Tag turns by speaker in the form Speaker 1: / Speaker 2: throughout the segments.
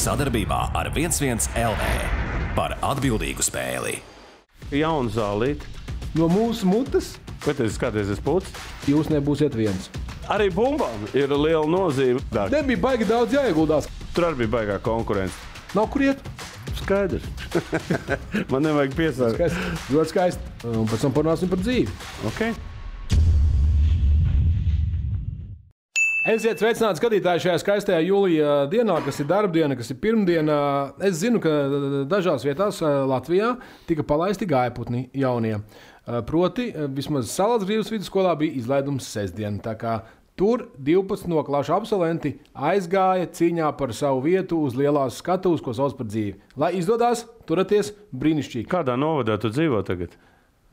Speaker 1: sadarbībā ar 11 LV par atbildīgu spēli.
Speaker 2: jaunu zālīti.
Speaker 3: No mūsu mutes
Speaker 2: Bet es skatos, es pūcu.
Speaker 3: jūs nebūsiet viens.
Speaker 2: Arī bumbām ir liela nozīme. Dāk,
Speaker 3: Nebija baigi daudz jāieguldās.
Speaker 2: tur arī bija baigā konkurence.
Speaker 3: Nav kur iet.
Speaker 2: Skaidrs. Man nevajag piesākt.
Speaker 3: Skaisti. Ļoti skaisti. Un pēc tam parunāsim par dzīvi.
Speaker 2: Okay.
Speaker 3: Esiet sveicināti skatītāji šajā skaistajā jūlijā dienā, kas ir darbdiena, kas ir pirmdiena. Es zinu, ka dažās vietās eh, Latvijā tika palaisti gaiputni jaunie. Eh, Proti, eh, vismaz Salasgrības vidusskolā bija izlaidums sestdien. Tā kā Tur 12 no klāšu absolventi aizgāja cīņā par savu vietu uz lielās skatuves, ko sauc par dzīvi. Lai izdodas, turieties brīnišķīgi.
Speaker 2: Kādā novadā tu dzīvo tagad?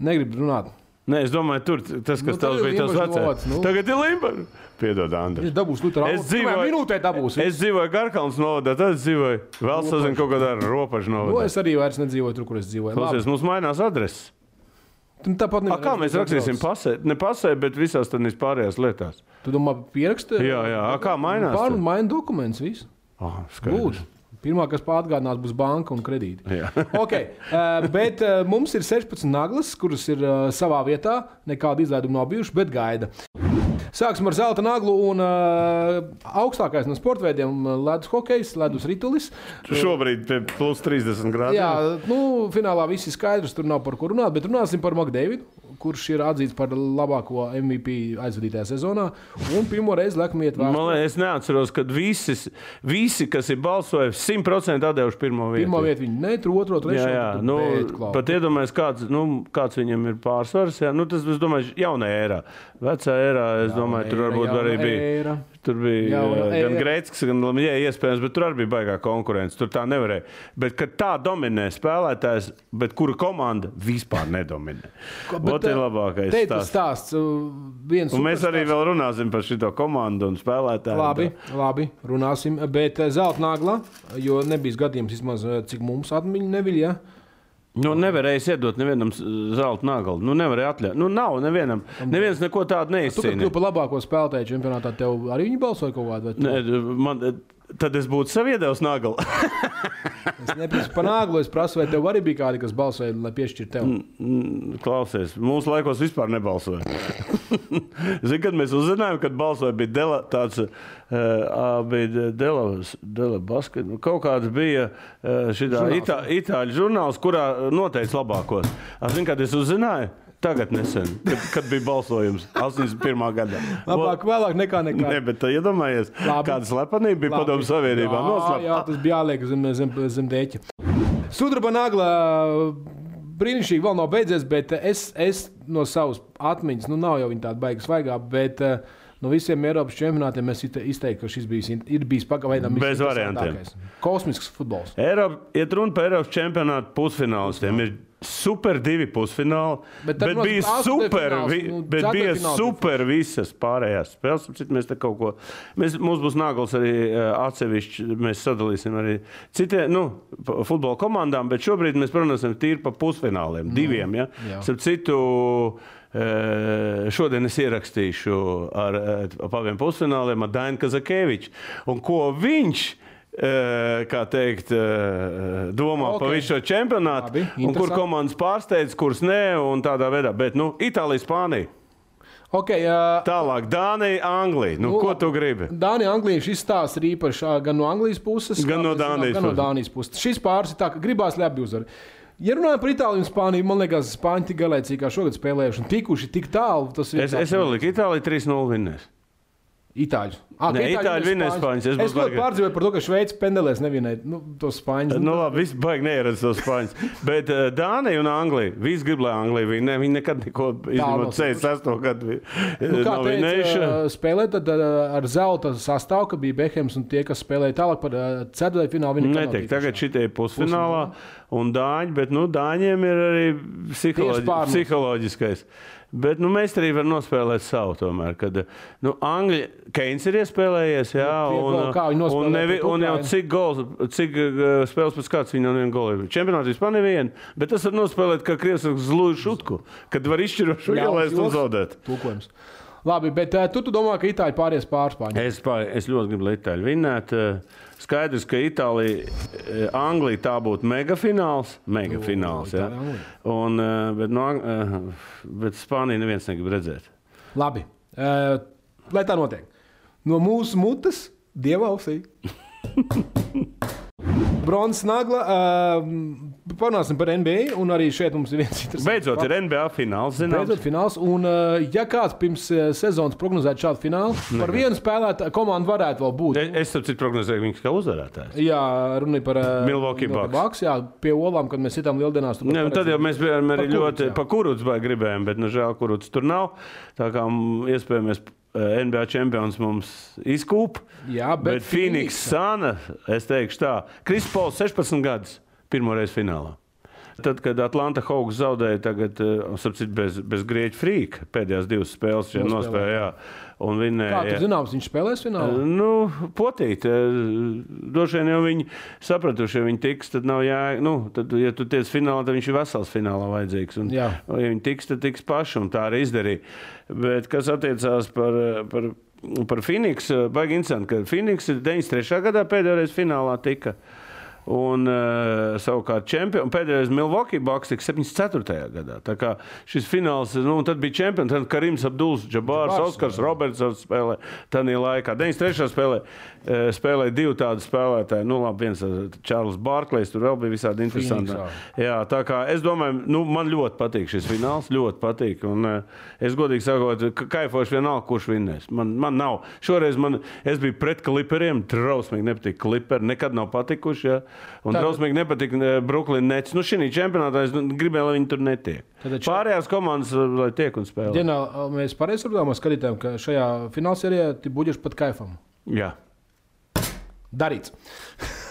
Speaker 3: Negribu runāt.
Speaker 2: Nē, es domāju, tur tas, kas nu,
Speaker 3: Nu, tad
Speaker 2: tev
Speaker 3: ir
Speaker 2: bija tas
Speaker 3: Limbažu novads,
Speaker 2: vecais.
Speaker 3: nu.
Speaker 2: Nu. Tagad ir Limbaģis. Piedod, Andri.
Speaker 3: Viņš dabūs literu
Speaker 2: Es dzīvoju,
Speaker 3: minūtē dabūs.
Speaker 2: Es dzīvoju Garkalnas novadā, tad es dzīvoju vēl sazinu kaut kādā ropažu
Speaker 3: Nu,
Speaker 2: novadā.
Speaker 3: es arī vairs nedzīvoju tur, kur es dzīvoju.
Speaker 2: Klausies, mums mainās adreses.
Speaker 3: Nu, Tāpat
Speaker 2: A, kā
Speaker 3: nevar-
Speaker 2: mēs rakstīsim pasē? Ne pasē, bet visās tādās pārējās lietās.
Speaker 3: Tu domā, pierakstīt?
Speaker 2: Jā, jā, a, kā mainās?
Speaker 3: Pārnu maina dokumentus. visu.
Speaker 2: Oh,
Speaker 3: Lūdzu. Pirmā, kas pārgādinās, būs banka un kredīti.
Speaker 2: Jā.
Speaker 3: okay, eh, bet eh, mums ir 16 naglas, kuras ir eh, savā vietā. Nekāda izlaiduma nav bijuši, bet gaida. Sāksim ar zelta naglu. Un, eh, augstākais no sporta veidiem - ledus hokejs, ledus ritulis.
Speaker 2: Šobrīd ir plus 30 grādi.
Speaker 3: eh, Jā, nu, finālā viss ir skaidrs, tur nav par ko runāt. Bet runāsim par Makdēvidu, kurš ir atzīts par labāko MVP aizvadītajā sezonā. Un pirmo reizi laikam iet
Speaker 2: Man
Speaker 3: vēsturē.
Speaker 2: liekas, es neatceros, kad visi, visi kas ir balsojuši, simtprocentīgi devuši pirmo vietu.
Speaker 3: Pirmā vieta viņa ne, tur otrā,
Speaker 2: Jā,
Speaker 3: trešā.
Speaker 2: jā.
Speaker 3: tad
Speaker 2: Nu,
Speaker 3: pēt, klau.
Speaker 2: pat iedomājieties, kāds, nu, kāds viņam ir pārsvars. Jā. Nu, tas, es domāju, jaunā ērā. Vecā ērā, es jauna domāju, tur
Speaker 3: ēra,
Speaker 2: varbūt
Speaker 3: jauna
Speaker 2: arī bija.
Speaker 3: ēra.
Speaker 2: Tur bija
Speaker 3: Jauna
Speaker 2: jā, gan
Speaker 3: ēra.
Speaker 2: Grēcis, gan Lamija iespējams, bet tur arī bija baigā konkurence. Tur tā nevarēja. Bet kad tā dominē spēlētājs, bet kura komanda vispār nedominē?
Speaker 3: Ko- bet,
Speaker 2: Tas ir
Speaker 3: eh,
Speaker 2: labākais.
Speaker 3: Te ir tas
Speaker 2: stāsts.
Speaker 3: stāsts. uh, Viens
Speaker 2: Un mēs arī vēl runāsim par šo komandu un spēlētāju.
Speaker 3: Labi, labi, runāsim. Bet eh, zelta nagla, jo nebija gadījums, vismaz, eh, cik mums atmiņa neviļņa.
Speaker 2: Nu, nevarēja iedot nevienam s- zelta nagalu. Nu, nevarēja atļaut. Nu, nav nevienam. Neviens neko tādu
Speaker 3: Tu kā kļuvu
Speaker 2: neizcīnīja.
Speaker 3: par labāko spēlētāju čempionātā, tev arī viņi balsoja kaut kādā veidā.
Speaker 2: Nē, man, tad es būtu saviedevis nagalu.
Speaker 3: Es neprasu par nāglu, es prasu, vai tev arī bija kādi, kas balsoja, lai piešķirtu tev.
Speaker 2: Mm. Klausies, mūsu laikos vispār nebalsoja. Zini, kad mēs uzzinājām, kad balsoja, bija Dela, tāds, uh, bija Delavas, Dela Basket, nu, kaut kāds bija uh, šitā itā, itāļu žurnāls, kurā noteica labākos. A, Zini, kad es uzzināju, tagad nesen, kad, kad bija balsojums, 81. gadā.
Speaker 3: Labāk, vēlāk nekā nekā.
Speaker 2: Nē, bet tu iedomājies,
Speaker 3: Labi.
Speaker 2: kāda slepenība bija
Speaker 3: Labi.
Speaker 2: padomu savienībā.
Speaker 3: Jā,
Speaker 2: Noslēp-
Speaker 3: Jā, tas bija jāliek zem, zem, zem dēķa. Sudraba nagla brīnišķīgi vēl nav beidzies, bet es, es no savas atmiņas, nu nav jau viņa tāda baigas vaigā, bet eh, no visiem Eiropas čempionātiem es ite- izteiktu, ka šis bijis, in- ir bijis pagaidām
Speaker 2: Bez variantiem.
Speaker 3: visinteresantākais. Kosmisks futbols.
Speaker 2: Eiropa, iet runa par Eiropas čempionātu pusfinālistiem. Ir super divi pusfināli.
Speaker 3: Bet
Speaker 2: Bet,
Speaker 3: tad
Speaker 2: bet
Speaker 3: mums
Speaker 2: bija
Speaker 3: astoņfināls,
Speaker 2: super, vi,
Speaker 3: nu,
Speaker 2: nu, bet bija
Speaker 3: ceturtfināls.
Speaker 2: super visas pārējās spēles. Tāpēc Mēs te kaut ko, mēs, mums būs nāklis arī eh, atsevišķi. Mēs sadalīsim arī citiem nu, pa- futbola komandām, bet šobrīd mēs runāsim tīri par pusfināliem. Diviem. Ja?
Speaker 3: Mm, jā.
Speaker 2: Starp citu, eh, šodien es ierakstīšu ar eh, paviem pusfināliem ar Dainu Kazakēviču. Un ko viņš, eh, kā teikt, eh, domā
Speaker 3: Ok.
Speaker 2: okay. par visu šo čempionātu,
Speaker 3: Labi,
Speaker 2: un kur
Speaker 3: interesanti.
Speaker 2: komandas pārsteidz, kuras nē, un tādā veidā. Bet, nu, Itālija, Spānija,
Speaker 3: Okay, uh,
Speaker 2: tālāk Dānija, Anglija. Nu,
Speaker 3: Nu,
Speaker 2: ko
Speaker 3: labi.
Speaker 2: tu gribi?
Speaker 3: Dānija, Anglija šis stāsts ir īpašs ā, gan no Anglijas puses,
Speaker 2: Gan
Speaker 3: kā
Speaker 2: no
Speaker 3: mēs zinām,
Speaker 2: Dānijas
Speaker 3: gan no
Speaker 2: puses.
Speaker 3: Dānijas puses. Šis pāris ir tā, ka gribās, lai abi uzvar. Ja runājam par Itāliju un Spāniju, man liekas, Spāņi tik garlaicīgi kā šogad spēlējuši un tikuši tik tālu. Tas ir
Speaker 2: Es, es jau liku Itāliju 3-0 vinnēs.
Speaker 3: itāļu. Ah,
Speaker 2: Nē, itāļi vinēs Spāņus.
Speaker 3: Es,
Speaker 2: Es
Speaker 3: es
Speaker 2: būtu
Speaker 3: ļoti
Speaker 2: baigi-
Speaker 3: pārdzīvoju par to, ka Šveice pendelēs nevienai nu, to spāņu.
Speaker 2: Nu, labi, viss baigs neieradās to spāņus. Bet uh, Dānija un Anglija. Visi grib, lai Anglija viņa, ne, viņa nekad neko
Speaker 3: nav
Speaker 2: izņemot ceļu sesto gadu.
Speaker 3: Nu, kā
Speaker 2: Nav
Speaker 3: teica,
Speaker 2: vinējuši.
Speaker 3: ā, spēlē, tad ā, ar zelta sastāvu, ka bija Behems un tie, kas spēlēja tālāk par ā, ceturtajā finālu. viņi nekad nav
Speaker 2: Netiek
Speaker 3: tikuši.
Speaker 2: tagad šitie pusfinālā, un dāņi, bet nu, dāņiem ir arī
Speaker 3: Tieši
Speaker 2: psiholoģi,
Speaker 3: pārmest.
Speaker 2: psiholoģiskais. Bet nu, mēs arī varam nospēlēt savu. Tomēr, kad nu, Angļi, Keins ir iespēlējies, jā,
Speaker 3: Nu, tie
Speaker 2: un,
Speaker 3: goli, kā viņi nospēlēja
Speaker 2: un, nevi,
Speaker 3: pret
Speaker 2: un jau
Speaker 3: Ukrainu.
Speaker 2: cik, gols, cik uh, spēles pēc kāds viņa nevienu goli. Čempionāts vispār nevienu, bet tas var nospēlēt kā Krievijas zluju šutku, kad var izšķirošu
Speaker 3: Ļauns
Speaker 2: ielaist un
Speaker 3: joks.
Speaker 2: zaudēt.
Speaker 3: Tūkojums. Labi, bet eh, tu, tu domā, ka Itāļi pāries pār Spāniju.
Speaker 2: Es, pa- es ļoti gribu, lai Itāļi vinnētu. Skaidrs, ka Itālija, eh, Anglija tā būtu megafināls. Megafināls, jā.
Speaker 3: Itālija, Anglija.
Speaker 2: Un, eh, bet, no, Ang- eh, bet Spāniju neviens negrib redzēt.
Speaker 3: Labi, eh, lai tā notiek. No mūsu mutes dievausī. Bronzas nagla. eh, Parunāsim par NBA. Un arī šeit mums ir viens interesants.
Speaker 2: Beidzot, ir NBA fināls. zināms.
Speaker 3: Beidzot, fināls. Un, eh, ja kāds pirms eh, sezonas prognozētu šādu finālu, par vienu spēlētāju komandu varētu vēl būt.
Speaker 2: Es tam citu prognozēju, ka viņš kā uzvarētājs.
Speaker 3: Jā, runa ir par eh,
Speaker 2: Milwaukee Bucks.
Speaker 3: Bucks. Jā, pie olām, kad mēs sitām lieldienās. tu pat
Speaker 2: Ne, un nu, tad
Speaker 3: paredzēji.
Speaker 2: jau mēs bijām arī
Speaker 3: Par Kurucu,
Speaker 2: ļoti
Speaker 3: jā.
Speaker 2: pa kurus gribējām, bet, nu, žēl, kurus tur nav. Tā kā mm, iespējams eh, NBA čempions mums izkūp.
Speaker 3: Jā, bet
Speaker 2: bet Phoenix
Speaker 3: Phoenix-
Speaker 2: Sana, es teikšu tā, Krispols 16 gadus pirmoreiz finālā. Tad, kad Atlanta Hawks zaudēja, tagad, eh, starp citu, bez, bez grieķa frīka pēdējās divas spēles, viņa nospēlēja.
Speaker 3: Nospēlēja.
Speaker 2: Un vinēja.
Speaker 3: Kā tu zināms, viņš spēlēs finālā?
Speaker 2: Nu, potīt. eh, Droši vien jau viņi sapratuši, ja viņi tiks, tad nav jā. Nu, tad, ja tu tiec finālā, tad viņš ir vesels finālā vajadzīgs. Un,
Speaker 3: Jā.
Speaker 2: Ja viņi tiks, tad tiks paši, un tā arī izdarīja. Bet kas attiecās par. eh, par Par Phoenix, eh, baigi interesanti, ka Phoenix ir 93. gadā pēdējo reizi finālā tika. Un uh, savukārt čempions pēdējais Milwaukee Bucks tika 74. gadā. Tā kā šis fināls, nu, un tad bija čempions, tad Karims Abduls, Džabārs,
Speaker 3: Džabārs,
Speaker 2: Oskars, Robertsons spēlē tajā laikā. 93. spēlē eh, spēlēja divi tādi spēlētāji. Nu, labi, viens eh, Čārlis Barklējs, tur vēl bija visādi interesanti.
Speaker 3: Phoenixā.
Speaker 2: Jā, tā kā es domāju, nu, man ļoti patīk šis fināls. Ļoti patīk. Un, eh, es godīgi sakot, ka kaifošu vienalga, kurš vinnēs. Man, man nav. Šoreiz man, es biju pret klipriem. Trausmīgi nepatīk klipri. Nekad nav patikuši. Ja? Un
Speaker 3: Tātad-
Speaker 2: trausmīgi nepatīk eh, Brooklyn Nets. Nu, šī čempionātā es nu, gribēju, lai viņi tur netiek.
Speaker 3: Tātad šeit-
Speaker 2: Pārējās komandas, eh, lai tiek un spēlē.
Speaker 3: Ģenerāli, eh, mēs pareizi saprotam, skatītājiem, ka šajā finālsērijā tu buģies pat kaifam.
Speaker 2: Jā.
Speaker 3: Darīts.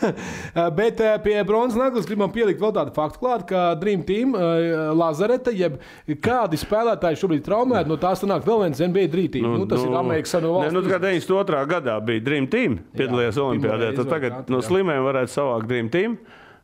Speaker 3: Bet eh, pie bronzas naglas gribam pielikt vēl tādu faktu, klāt, ka Dream Team, eh, Lazarete, jeb kādi spēlētāji šobrīd traumēti, no tās nāk vēl viens NBA drītība. Nu, nu, tas nu, ir Amerikas no
Speaker 2: Nē,
Speaker 3: valsts.
Speaker 2: nu, tā kā 92. gadā bija Dream Team, piedalījās
Speaker 3: pirmo
Speaker 2: Olimpijādē.
Speaker 3: reizi
Speaker 2: Tad
Speaker 3: vēl
Speaker 2: tagad
Speaker 3: kādu,
Speaker 2: no
Speaker 3: jā.
Speaker 2: slimiem varētu savākt Dream Team.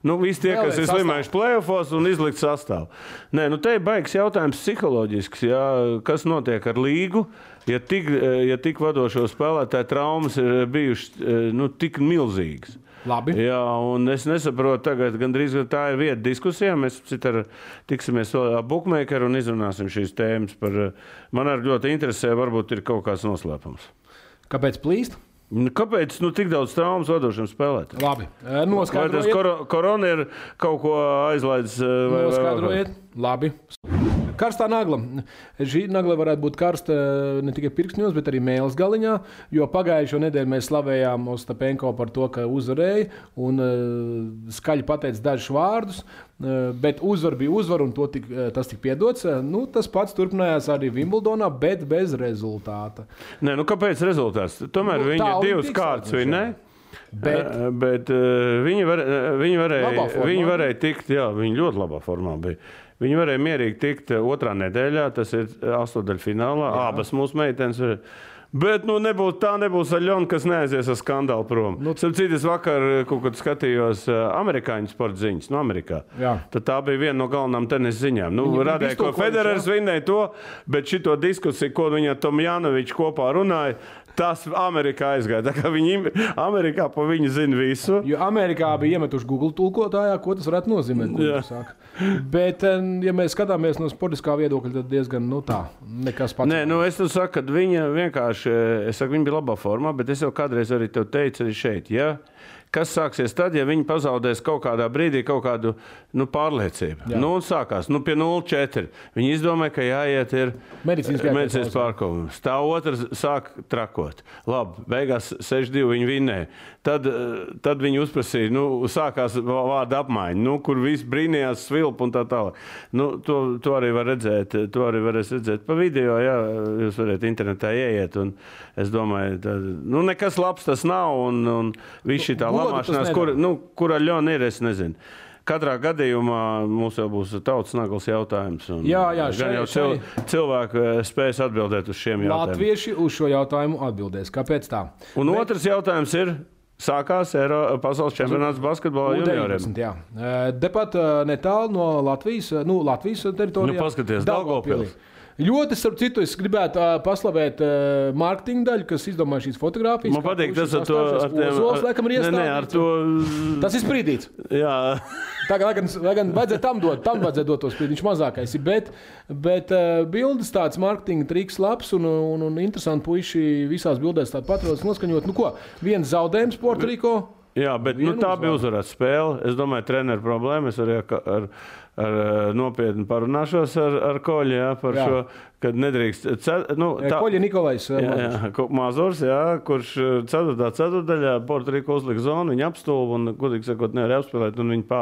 Speaker 2: Nu, visi tie,
Speaker 3: Vēlreiz
Speaker 2: kas ir
Speaker 3: sastāvu.
Speaker 2: slimējuši plēsofos un izlikt sastāvā. Nē, nu te ir baigs jautājums psiholoģisks, jā, kas notiek ar līgu. Ja tik, eh, ja tik vadošo spēlētāju traumas ir eh, bijušas eh, nu, tik milzīgas.
Speaker 3: Labi.
Speaker 2: Jā, un es nesaprotu, tagad gandrīz vai tā ir vieta diskusijām. Mēs citu ar- tiksimies vēl ar Bookmakeru un izrunāsim šīs tēmas. Par, eh, man arī ļoti interesē, varbūt ir kaut kāds noslēpums.
Speaker 3: Kāpēc plīst?
Speaker 2: Nu, Kāpēc nu, tik daudz traumas vadošiem spēlētājiem?
Speaker 3: Labi. eh,
Speaker 2: Vai tas
Speaker 3: Noskaidrojiet.
Speaker 2: koro, korona ir kaut ko aizlaidis? eh, vai- vai-
Speaker 3: Noskaidrojiet, labi. Karstā nagla. Šī nagla varētu būt karsta eh, ne tikai pirkstņos, bet arī mēlus galiņā. Jo pagājušo nedēļu mēs slavējām Ostapenko par to, ka uzvarēja un eh, skaļi pateica dažus vārdus. eh, Bet uzvara bija uzvara, un to tik, eh, tas tika piedots. Eh, Nu, tas pats turpinājās arī Vimbldonā, bet bez rezultāta.
Speaker 2: Nē, nu, kāpēc rezultāts? Tomēr
Speaker 3: Nu,
Speaker 2: nu, viņi
Speaker 3: tā
Speaker 2: divas
Speaker 3: Olimpiks
Speaker 2: kārtas
Speaker 3: atnesa.
Speaker 2: vinnēja.
Speaker 3: Bet
Speaker 2: Eh, bet eh, viņi, var, eh, viņi, varēja,
Speaker 3: Labā formā.
Speaker 2: viņi varēja tikt, jā, viņi ļoti labā formā bija. Viņi varēja mierīgi tikt eh, otrā nedēļā, tas ir eh, astotdaļfinālā. Abas mūsu meitenes ir. Bet nu, nebūs, tā nebūs Aļona, kas neaizies ar skandālu prom. Nu, Citādi es vakar eh, kaut kad skatījos eh, amerikāņu sporta ziņas no Amerikā.
Speaker 3: Jā.
Speaker 2: Tad tā bija viena no galvenām tenisa ziņām. Nu,
Speaker 3: Viņi
Speaker 2: Radēja, ko
Speaker 3: iztulkojuši,
Speaker 2: Federers vinnēja to, bet šito diskusiju, ko viņa ar Tomjanoviču kopā runāja, tas Amerikā aizgāja. Tā kā viņi im- Amerikā pa viņu zina visu.
Speaker 3: Jo Amerikā bija iemetuši Google tulkotājā, ko tas varētu nozīmēt. ko
Speaker 2: Jā.
Speaker 3: viņš saka. Bet, em, ja mēs skatāmies no sportiskā viedokļa, tad diezgan nu, tā, nekas pats.
Speaker 2: Nē, nu es te saku, ka viņa vienkārši, eh, es saku, viņa bija labā formā, bet es jau kādreiz arī tev teicu, arī šeit, ja? kas sāksies tad, ja viņi pazaudēs kaut kādā brīdī kaut kādu nu, pārliecību.
Speaker 3: Jā.
Speaker 2: Nu, un sākās, nu, pie 0,4. Viņi izdomāja, ka jāiet ir
Speaker 3: Medicīnas
Speaker 2: eh,
Speaker 3: jāiet
Speaker 2: medicīnas
Speaker 3: pauzē.
Speaker 2: pārkāpums. Tā otrs sāk trakot. Labi, beigās 6-2 viņi vinnēja. Tad, eh, tad viņi uzprasīja, nu, sākās vā- vārdu apmaiņa, nu, kur viss brīnījās, svilp un tā tālāk. Nu, to, to arī var redzēt, eh, to arī varēs redzēt pa video, jā, jūs varat internetā ieiet. Un es domāju, tā, nu, nekas labs tas nav un, un viss šī tā
Speaker 3: Nu, godu tas
Speaker 2: lamāšanās,
Speaker 3: nedara.
Speaker 2: kur, nu, kura ļona ir, es nezinu. Katrā gadījumā mums jau būs tautas naglas jautājums. Un,
Speaker 3: Jā, jā,
Speaker 2: gan
Speaker 3: šai-
Speaker 2: jau
Speaker 3: šai-
Speaker 2: cil, cilvēki eh, spēs atbildēt uz šiem jautājumiem.
Speaker 3: Latvieši uz šo jautājumu atbildēs. Kāpēc tā?
Speaker 2: Un bet... otrs jautājums ir, sākās Eiro, pasaules čempionāts basketbolā junioriem.
Speaker 3: U19, jā. Eh, Tepat eh, netālu no Latvijas, eh, nu, Latvijas teritorijā.
Speaker 2: Nu, paskaties,
Speaker 3: Daugavpilī. Ļoti, starp citu, es gribētu ā, paslavēt ā, mārketinga daļu, kas izdomāja šīs fotogrāfijas.
Speaker 2: Man
Speaker 3: kā
Speaker 2: patīk
Speaker 3: puiši
Speaker 2: tas ar to.
Speaker 3: sastāvšies.
Speaker 2: Ar tiem,
Speaker 3: Ozols, laikam, ir
Speaker 2: nē, nē, ar
Speaker 3: iestādīts.
Speaker 2: to.
Speaker 3: Tas ir sprīdīts.
Speaker 2: Jā,
Speaker 3: Tā kā lai gan, lai gan vajadzēja tam dot, tam vajadzēja dot to sprīdīt. Viņš mazākais ir. Bet, bet uh, bildes tāds marketinga triks, labs un, un, un interesants. Puiši visās bildēs tādu patrodas noskaņot. Nu ko, viens zaudējums Puertoriko.
Speaker 2: jā bet nu,
Speaker 3: Vienu
Speaker 2: tā bija
Speaker 3: uzvaru.
Speaker 2: uzvarēta spēle. Es domāju, treneru problēma. Es arī ar, ar, ar eh, nopietni parunāšos ar, ar Koļu jā, par
Speaker 3: Jā.
Speaker 2: jā. šo, kad nedrīkst. Ce, nu, tā,
Speaker 3: Koļi eh, Nikolais. eh, ā,
Speaker 2: Jā, jā, Ko- Mazurs, jā, kurš eh, 4. ceturtajā Portugālē uzlika zonu, viņa apstulba un, gudīgi sakot, nevar apspēlēt. Viņa pā,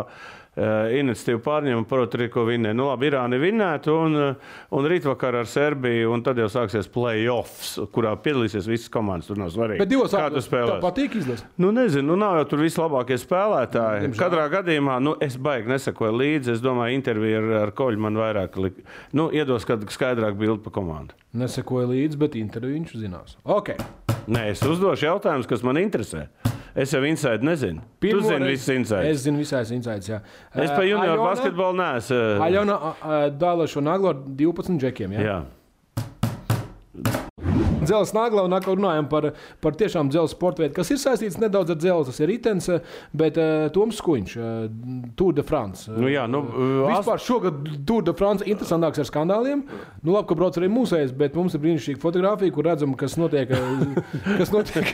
Speaker 2: eh, iniciatīvu pārņēma un Portugālē vinnēja. Nu, labi, Irāna vinnēja un, eh, un rītvakar ar Serbiju, un tad jau sāksies playoffs, kurā piedalīsies visas komandas. Tur nav svarīgi.
Speaker 3: Bet divos
Speaker 2: Kā tu
Speaker 3: apgabalos
Speaker 2: spēlē?
Speaker 3: patīk izlasīt.
Speaker 2: Nu, nezinu, nu, nav jau tur vislabākie spēlētāji. Diemžēl. Katrā gadījumā, nu, es baigi nesakoju līdzi. Es domāju, intervija ar, ar Koļu man vairāk lika. Nu, iedos, kad skaidrāk bildi pa komandu.
Speaker 3: Nesekoju līdzi, bet interviju viņš zinās. Okay.
Speaker 2: Nē, es uzdošu jautājumus, kas man interesē. Es jau inside nezinu. Pirmo tu zini,
Speaker 3: reizi-
Speaker 2: viss inside. Es,
Speaker 3: Es zinu, visas insights. Jā.
Speaker 2: es
Speaker 3: Eh,
Speaker 2: pa junioru
Speaker 3: Aļona-
Speaker 2: basketbolu neesmu. eh,
Speaker 3: Aļona dāla šo naglu ar 12 džekiem. Jā.
Speaker 2: Jā.
Speaker 3: Zelsa nagla, un atkal runājam par, par tiešām dzelzceļa sporta veidu, kas ir saistīts nedaudz ar dzelzceļa. Tas ir ritens, eh, bet uh, Toms Kuņš, uh, Tour de France.
Speaker 2: Nu, jā, nu, eh,
Speaker 3: Vispār šogad Tour de France ir interesantāks ar skandāliem. Nu, labi, ka brauc arī mūsejs, bet mums ir brīnišķīga fotografija, kur redzam, kas notiek. eh, Kas notiek.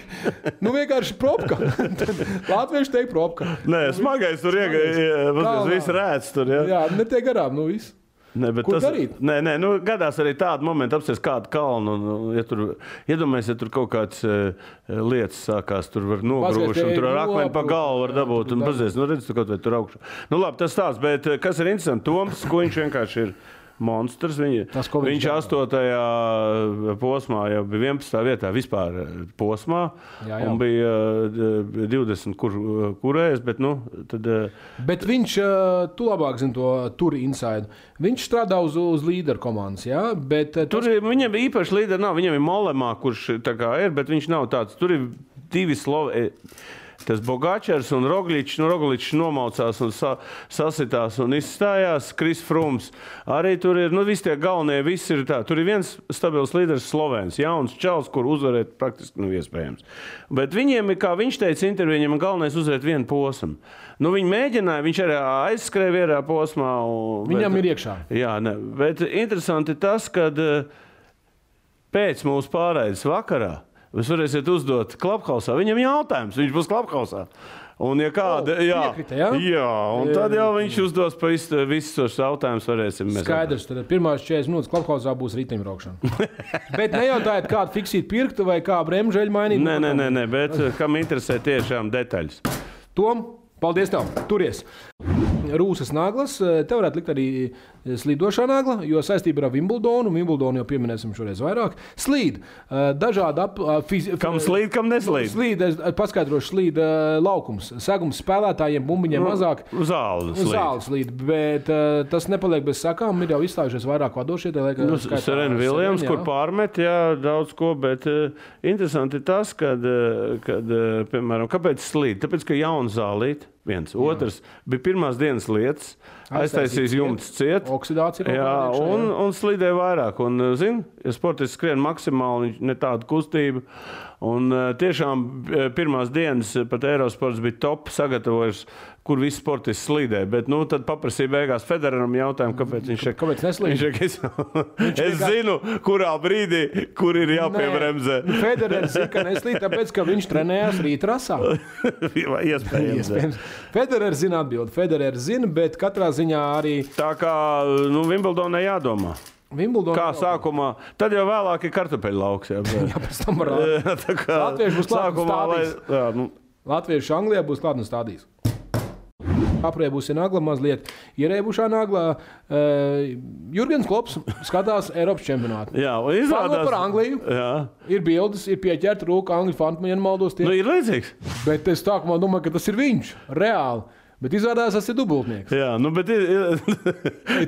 Speaker 3: Nu, vienkārši propka. Latvieši teikt propka.
Speaker 2: Nē, smagais tur
Speaker 3: Kalnā.
Speaker 2: iekšā. Viss rēts tur. Jā.
Speaker 3: Jā, netiek garām, nu viss.
Speaker 2: Nē, bet
Speaker 3: Ko
Speaker 2: tas
Speaker 3: darīt?
Speaker 2: Nē, nē, nu, gadās arī tādi momenti, apsies kādu kalnu. Un, un, ja tur, iedomājies, ja tur kaut kādas e, lietas sākās, tur var nogrūst,
Speaker 3: Paskaties,
Speaker 2: un
Speaker 3: te
Speaker 2: tur ar akmeni pa
Speaker 3: nogrūž,
Speaker 2: galvu var
Speaker 3: jā,
Speaker 2: dabūt.
Speaker 3: tur
Speaker 2: Un
Speaker 3: dabūt.
Speaker 2: pazies, nu redz, tu kaut vai tur augšā. Nu labi, tas tās, bet e, kas ir interesanti, Toms, ko viņš vienkārši ir. Monstrs, viņa,
Speaker 3: Tas, ko viņš
Speaker 2: viņš
Speaker 3: dara.
Speaker 2: 8. posmā jau bija 11. vietā vispār e, posmā.
Speaker 3: Jā, jā.
Speaker 2: Un bija e, 20 kur, kurējais, bet nu, tad, e,
Speaker 3: Bet viņš, eh, tu labāk zini to tur inside. Viņš strādā uz, uz līderu komandas, jā, bet eh,
Speaker 2: Tur
Speaker 3: tas,
Speaker 2: ir, viņam ir īpaši līderi, nav. Viņam ir molemā, kurš tā kā ir, bet viņš nav tāds. Tur ir divi slovi. e, Tas Bogačers un Rogličs. Nu, Rogličs nomaucās un sa, sasitās un izstājās. Kris Frums arī tur ir. Nu, visi tie galvenie, visi ir tā. Tur ir viens stabils līderis, Slovēns, jauns čels, kur uzvarēt praktiski nav iespējams. Bet viņiem ir, kā viņš teica intervijā, viņam galvenais uzvarēt vienu posmu. Nu, viņi mēģināja, viņš arī aizskrēja vienā posmā. un-
Speaker 3: viņam
Speaker 2: bet-
Speaker 3: ir iekšā.
Speaker 2: Jā, ne, bet interesanti tas, ka pēc mūsu pārējais vakarā jūs varēsiet uzdot klapkausā viņam jautājums. Viņš būs klapkausā. Un, ja kāda,
Speaker 3: O,
Speaker 2: jā,
Speaker 3: Oh, piekrita, jā?
Speaker 2: jā, un tad jau viņš uzdos pa visu- visus šos jautājumus. Varēsim mēs
Speaker 3: Skaidrs, tad pirmās 40 minūtes klubhausā būs riteņbraukšana. bet nejautājiet, kādu fiksīt pirktu vai kā bremžeļu mainīt.
Speaker 2: Nē, nē, nē, nē, bet eh, kam interesē tiešām detaļas?
Speaker 3: Tom, paldies tev! Turies! Rūsas naglas, eh, te varētu likt arī eh, slīdošā nagla, jo saistība ir ar Wimbledonu. Wimbledonu jau pieminēsim šoreiz vairāk. Slīd, eh, dažādi ap, eh, fizi,
Speaker 2: Kam slīd, kam neslīd?
Speaker 3: Slīd, es eh, paskaidrošu, slīd eh, laukums. Segums spēlētājiem, bumbiņiem
Speaker 2: Nu.
Speaker 3: mazāk.
Speaker 2: Zāle.
Speaker 3: Uz zāles līd, bet uh, tas nepaliek bez sakām. Ir jau izstājušies vairāk vadošie. tā Laikam,
Speaker 2: Nu,
Speaker 3: skaitā
Speaker 2: Serena Viljams,
Speaker 3: Serena,
Speaker 2: kur
Speaker 3: jā.
Speaker 2: pārmet, jā, daudz ko, bet uh, interesanti ir tas, kad, uh, kad uh, piemēram, kāpēc slīd? Tāpēc, ka jauna zālīte, viens, jā. otrs, bija pirmās dienas lietas,
Speaker 3: Aiztaisīs
Speaker 2: aiztaisīs jumts ciet.
Speaker 3: Oksidācija kaut
Speaker 2: Jā,
Speaker 3: kāda iekšā,
Speaker 2: un, un slīdēja vairāk. Un, uh, zin, ja sportists skrien maksimāli, viņš ne tādu kustību. Un, uh, tiešām uh, pirmās dienas uh, pat Eirosports bija top sagatavojis, kur visi sportisti slīdēja. Bet nu, tad paprasīja beigās Federeram jautājumu, kāpēc viņš šeit
Speaker 3: Kāpēc neslīd?
Speaker 2: Viņš ir es, es zinu, kurā brīdī, kur ir jāpiebremzē.
Speaker 3: Nē, nu, Federers zina, ka neslīd, tāpēc, ka viņš trenējās rīta rasā.
Speaker 2: Vai Iespējams.
Speaker 3: Iespējams. Federers zina atbildi. Federers zina, bet katrā ziņā arī
Speaker 2: Tā kā nu, Vimbldonai jādomā.
Speaker 3: Wimbledonā.
Speaker 2: Kā sākumā, tad jau vēlāk ir kartupeļu lauks. Jā, bet,
Speaker 3: Jā, pēc tam var
Speaker 2: tā kā
Speaker 3: Latvieši būs klāt un
Speaker 2: sākumā, lai,
Speaker 3: stādīs.
Speaker 2: jā, nu,
Speaker 3: Latviešu Anglijā būs klāta un stādīs. Aprēbusi nagla mazliet, ierēbušā nagla. Uh, Jurgens Klops skatās Eiropas čempionātu.
Speaker 2: jā, un izrādās,
Speaker 3: Pārlūk par Angliju.
Speaker 2: Jā.
Speaker 3: Ir bildes, ir pieķerta rūkā, angļu fanta, ja nemaldos. Tie.
Speaker 2: Nu, ir līdzīgs.
Speaker 3: Bet es tā domāju, domāju, ka tas ir viņš reāli. Bet izrādās, tas ir dubultnieks.
Speaker 2: Jā, nu, bet, ir, ir,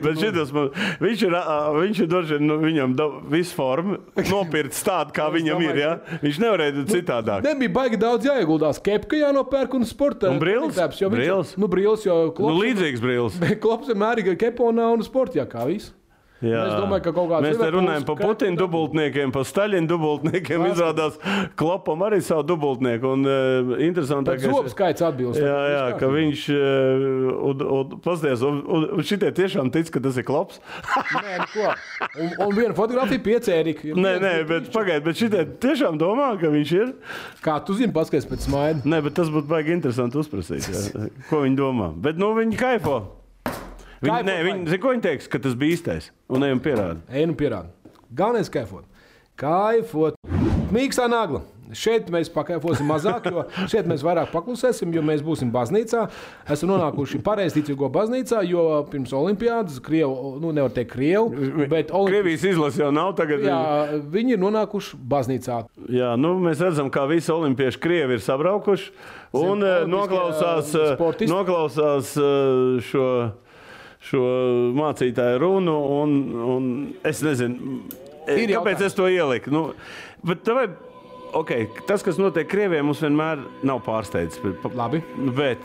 Speaker 2: bet šitas, man, viņš ir, ā, viņš ir došai, nu, viņam da- visu formu nopirkt tādu, kā viņam ir. Jā. Viņš
Speaker 3: Nu,
Speaker 2: nevarēja citādāk.
Speaker 3: Nebija baigi daudz jāieguldās. Kepka jānopērk un sporta.
Speaker 2: Un brilles?
Speaker 3: Tāpēc, jo viņš,
Speaker 2: Brilles?
Speaker 3: nu, brīlis, jo
Speaker 2: Nu,
Speaker 3: klops,
Speaker 2: līdzīgs brīlis.
Speaker 3: nu, klops vienmēr ir keponā un sportā kā viss.
Speaker 2: Jā.
Speaker 3: Es domāju, ka kaut kāds
Speaker 2: Mēs te
Speaker 3: Liverpools
Speaker 2: runājam par
Speaker 3: ka-
Speaker 2: Putina dubultniekiem, par Staļina dubultniekiem.
Speaker 3: Klasa.
Speaker 2: Izrādās, Klopam arī savu dubultnieku. Un uh,
Speaker 3: Bet
Speaker 2: interesantākais.
Speaker 3: zobu skaits atbilst.
Speaker 2: Jā, jā, ka viņš uh, un, un, pasties, un, un, un šitie tiešām tic, ka tas ir klops.
Speaker 3: Nē, nu ko? Un, un viena fotografija piecērīga. ir
Speaker 2: Nē,
Speaker 3: viena-
Speaker 2: nē, bet pagaidiet, bet šitie tiešām domā, ka viņš ir.
Speaker 3: Kā tu zini, paskaties pēc smaida.
Speaker 2: Nē, bet tas būtu baigi interesanti uzprasīt, jā, ko viņi domā. Bet nu, viņi kaipo. Viņi,
Speaker 3: Kaipo
Speaker 2: nē, viņi,
Speaker 3: baigi.
Speaker 2: zin, ko viņi teiks, ka tas bija īstais un ejam pierādi.
Speaker 3: Ej, nu pierādi. Galvenais kaifot. Kaifot. Mīkstā nagla. Šeit mēs pakaifosim mazāk, jo šeit mēs vairāk paklusēsim, jo mēs būsim baznīcā. Esam nonākuši pareizticīgo baznīcā, jo pirms olimpiādas, krievu, nu nevar teikt krievu, bet olimpi...
Speaker 2: Krievijas izlase jau nav tagad.
Speaker 3: jā, viņi ir nonākuši baznīcā.
Speaker 2: Jā, nu, mēs redzam, kā visi olimpieši krievi ir sabraukuši un eh,
Speaker 3: politiskie,
Speaker 2: noklausās,
Speaker 3: eh,
Speaker 2: eh,
Speaker 3: sportisti.
Speaker 2: noklausās eh, šo, šo mācītāju runu. Un, un es nezinu, eh,
Speaker 3: Ir
Speaker 2: kāpēc
Speaker 3: jautājums.
Speaker 2: es to ieliku. Nu, bet tev, okay, tas, kas notiek Krievijai, mums vienmēr nav pārsteigts. Bet pa-
Speaker 3: Labi.
Speaker 2: Bet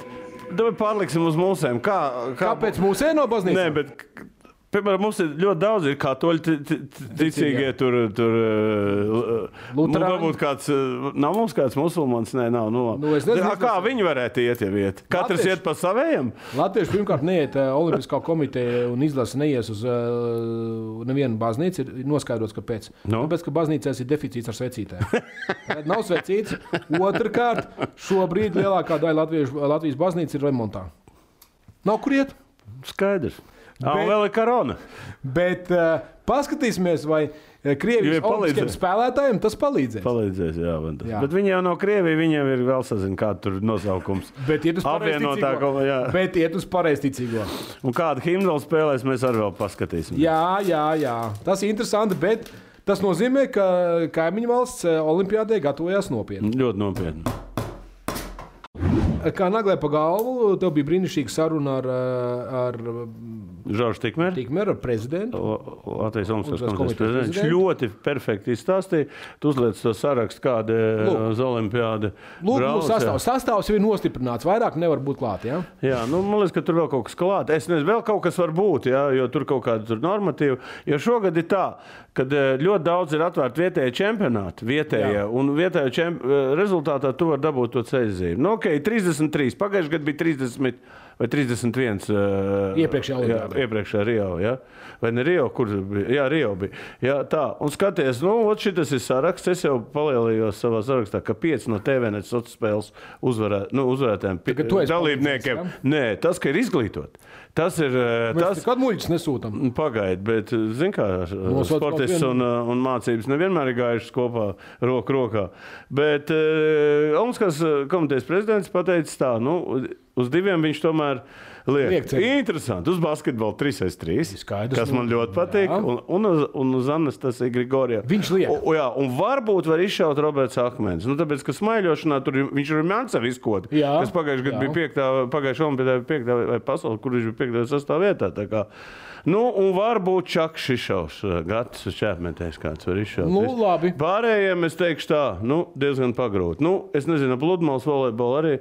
Speaker 2: tev pārliksim uz mūsēm. Kā, kā,
Speaker 3: Kāpēc mūs ēno baznīcā?
Speaker 2: Nē, bet, k- piemēram, mums ir ļoti daudz ir katoļu ti- ti- ti- ticīgie. Tur, tur eh, l-
Speaker 3: Luterāņi?
Speaker 2: nu, varbūt kāds, eh, nav mums kāds musulmanis. Nē, nav. Nu, labi.
Speaker 3: Nu, es nezinu,
Speaker 2: Tā kā
Speaker 3: es-
Speaker 2: viņi varētu iet, ja iet? Katrs
Speaker 3: Latvieši?
Speaker 2: iet pa savējiem.
Speaker 3: Latvieši pirmkārt neiet uh, Olimpiskā komiteja un izlase neies uz uh, nevienu baznīcu. Ir noskaidrots, kāpēc.
Speaker 2: Nu?
Speaker 3: Tāpēc, ka baznīcās ir deficīts ar svecītēm. Tad nav svecīts. Otrakārt, šobrīd lielākā daļa latviešu, Latvijas baznīcas ir remontā. Nav kur iet.
Speaker 2: Skaidrs. Ah,
Speaker 3: Bet-
Speaker 2: un vēl ir korona.
Speaker 3: Bet uh, paskatīsimies, vai uh,
Speaker 2: Vai
Speaker 3: Krievijas
Speaker 2: palīdzēs?
Speaker 3: olimpiskiem spēlētājiem tas palīdzēs.
Speaker 2: Palīdzēs, jā, man tas.
Speaker 3: Jā.
Speaker 2: Bet viņi jau no Krievijas, viņiem ir vēl sazina, kāda tur nosaukums.
Speaker 3: Bet iet uz
Speaker 2: Apvienotā
Speaker 3: pareizticīgo.
Speaker 2: kaut- jā.
Speaker 3: Bet iet uz pareizticīgo.
Speaker 2: Un kādu himnu spēlēs, mēs arī vēl paskatīsimies.
Speaker 3: Jā, jā, jā. Tas ir interesanti, bet tas nozīmē, ka kaimiņu valsts eh, olimpiādē gatavojas nopietni.
Speaker 2: Ļoti nopietni. Mm.
Speaker 3: Kā naglē pa galvu, tev bija brīnišķīga saruna ar, eh, ar
Speaker 2: Žāvis Tikmēr.
Speaker 3: Tikmēru, ar prezidentu.
Speaker 2: L- Latvijas Olimpiskās
Speaker 3: Olimpiskās
Speaker 2: komitejas
Speaker 3: komitejas
Speaker 2: prezidents Viņš
Speaker 3: prezidentu.
Speaker 2: ļoti perfekti izstāstīja. Tu uzliec to sarakstu, kāda ir
Speaker 3: Lūk.
Speaker 2: uz Olimpāda.
Speaker 3: Lūk, nu, sastāvs. sastāvs jau ir nostiprināts. Vairāk nevar būt klāt. Ja?
Speaker 2: Jā, nu, man liekas, ka tur vēl kaut kas klāts. Es nezinu, vēl kaut kas var būt, jā, jo tur kaut kāda tur normatīva. Jo šogad ir tā, ka e, ļoti daudz ir atvērta vietējā čempionāta, vietējā,
Speaker 3: Jā.
Speaker 2: un vietējā čem... eh, rezultātā tu vari dabūt to ceļu zīmi. Nu, ok, 33. Pagājušajā gadā bija 30. Vai 31. Uh,
Speaker 3: Iepriekšējā
Speaker 2: jā,
Speaker 3: olimpiādā.
Speaker 2: iepriekšējā Rio. Jā. Vai ne Rio? Kur bija? Jā, Rio bija. Jā, tā. Un skaties, nu, šis ir saraksts. Es jau palielinājos savā sarakstā, ka 5 no TVNet sociālās E spēles uzvarē, nu, uzvarētājiem
Speaker 3: ka tu esi
Speaker 2: dalībniekiem.
Speaker 3: palīdzējis,
Speaker 2: Nē, tas, ka ir izglītot, tas ir. eh, Tas,
Speaker 3: Tas... Kad muļķis nesūtām?
Speaker 2: Pagaidiet, bet zinu, kā eh,
Speaker 3: Nosauc
Speaker 2: sportists
Speaker 3: kaut
Speaker 2: un, eh, un mācības nevienmēr ir gājušas kopā, roku rokā. Bet eh, Olimpiskās eh, komitejas prezidents pateica, tā, nu, uz diviem viņš tomēr
Speaker 3: Liek
Speaker 2: liek.
Speaker 3: ceļu.
Speaker 2: Interesanti. Uz basketbolu 3x3,
Speaker 3: Skaidrs,
Speaker 2: kas man
Speaker 3: nu,
Speaker 2: ļoti patīk,
Speaker 3: jā.
Speaker 2: un, un, uz, un uz Annas tas ir Grigorija.
Speaker 3: Viņš liek.
Speaker 2: O, jā, un varbūt var izšaut Roberts Akmens. Nu, tāpēc, ka smaiļošanā tur ir- viņš ir Mansa viskot,
Speaker 3: Jā.
Speaker 2: kas pagājušajā gadā
Speaker 3: Jā.
Speaker 2: bija piektā, pagājušā olimpiadā bija piektā vai- vai pasaulē, kur viņš bija piektā vai sastā vietā. tā kā. Nu, un varbūt Čaks Šišovs, uh, gads uz čēpmetēs kāds var izšaut.
Speaker 3: Nu,
Speaker 2: Viss.
Speaker 3: labi.
Speaker 2: Pārējiem es teikšu tā, nu, diezgan pagrūti. Nu, es nezinu, ap pludmales volejbolu arī.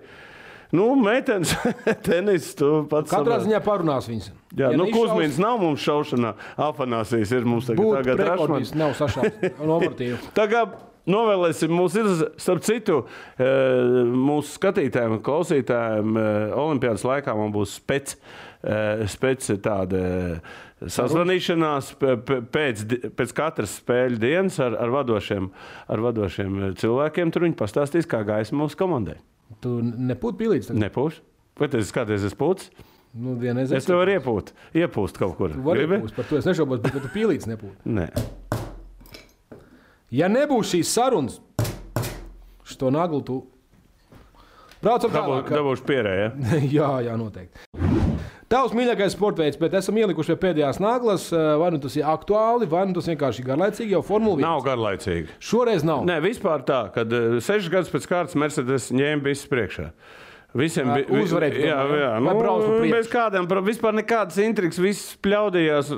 Speaker 2: Nu, meitenes tenis, tu pats
Speaker 3: Katrā
Speaker 2: saproti.
Speaker 3: ziņā parunās viņas.
Speaker 2: Jā,
Speaker 3: Ja
Speaker 2: nu,
Speaker 3: neizšaus,
Speaker 2: Kuzmins nav mums šaušanā. Afanāsijas ir mums tagad.
Speaker 3: Būtu
Speaker 2: tagad
Speaker 3: rekordīs, nav sašauts normatīvi.
Speaker 2: Tā kā novēlēsim, mums ir, starp citu, e, mūsu skatītājiem un klausītājiem, e, Olimpiādas laikā man būs spēc, e, spēc tāda e, sazvanīšanās pe- pe- pēc, di- pēc katras spēļu dienas ar, ar, vadošiem, ar vadošiem e, cilvēkiem. Tur viņi pastāstīs, kā gājas mūsu komandai.
Speaker 3: Tu nepūti pilīts. tagad?
Speaker 2: Nepūš. Vai tas ir skaties, es pūcu?
Speaker 3: Nu, vienreiz
Speaker 2: Es tev varu iepūt, iepūst kaut kur.
Speaker 3: Var
Speaker 2: Gribi?
Speaker 3: būt, par to es nešaubos, bet ka tu pīlīts nebūtu.
Speaker 2: Nē.
Speaker 3: Ja nebūs šīs sarunas, šo naglu tu braucam
Speaker 2: Dabū,
Speaker 3: tālāk.
Speaker 2: dabūšu pierēju. Ja?
Speaker 3: jā, jā, noteikti. Tavs mīļākais sports veids, bet esam ielikuši pie pēdējās naglas. Vai nu tas ir aktuāli, vai nu tas vienkārši ir garlaicīgi, jau formula 1.
Speaker 2: Nav garlaicīgi.
Speaker 3: Šoreiz nav.
Speaker 2: Nē, vispār tā, kad eh, sešas gadus pēc kārtas Mercedes ņēma visu priekšā. Visiem bija vi-
Speaker 3: uzvarēt,
Speaker 2: jā,
Speaker 3: domāju,
Speaker 2: jā,
Speaker 3: vai
Speaker 2: nu,
Speaker 3: braukt pa priekšu?
Speaker 2: bez kādiem, pra- vispār nekādas intrigas, viss pļaudījās,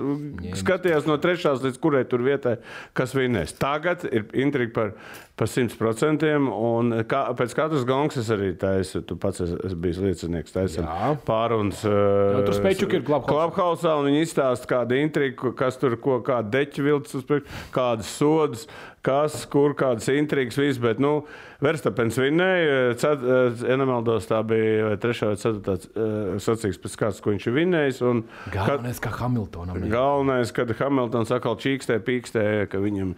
Speaker 2: skatījās no trešās līdz kurai tur vietai, kas vinnēs. Tagad ir intriga par, par 100%, un kā, pēc katras gongas es arī taisu, tu pats esi, esi bijis liecinieks, taisam
Speaker 3: Jā.
Speaker 2: pārunas. Uh,
Speaker 3: Jo tur spēčuki ir Clubhouse.
Speaker 2: Clubhouse, un viņi izstāsta kādu intrigu, kas tur ko, kādu deķu vilcis uz priekšu, kādas sodas, kas, kur, kādas intrigas, viss. Bet, nu, Verstapens vinnēja, cet- eh, nemaldos, tā bija vai trešā vai ceturtā eh, sacīks pēc kāds, ko viņš ir vinnējis. un kad-
Speaker 3: Galvenais, kā Hamiltonam. ne?
Speaker 2: Galvenais, kad Hamiltons atkal čīkstē, pīkstē, ka viņam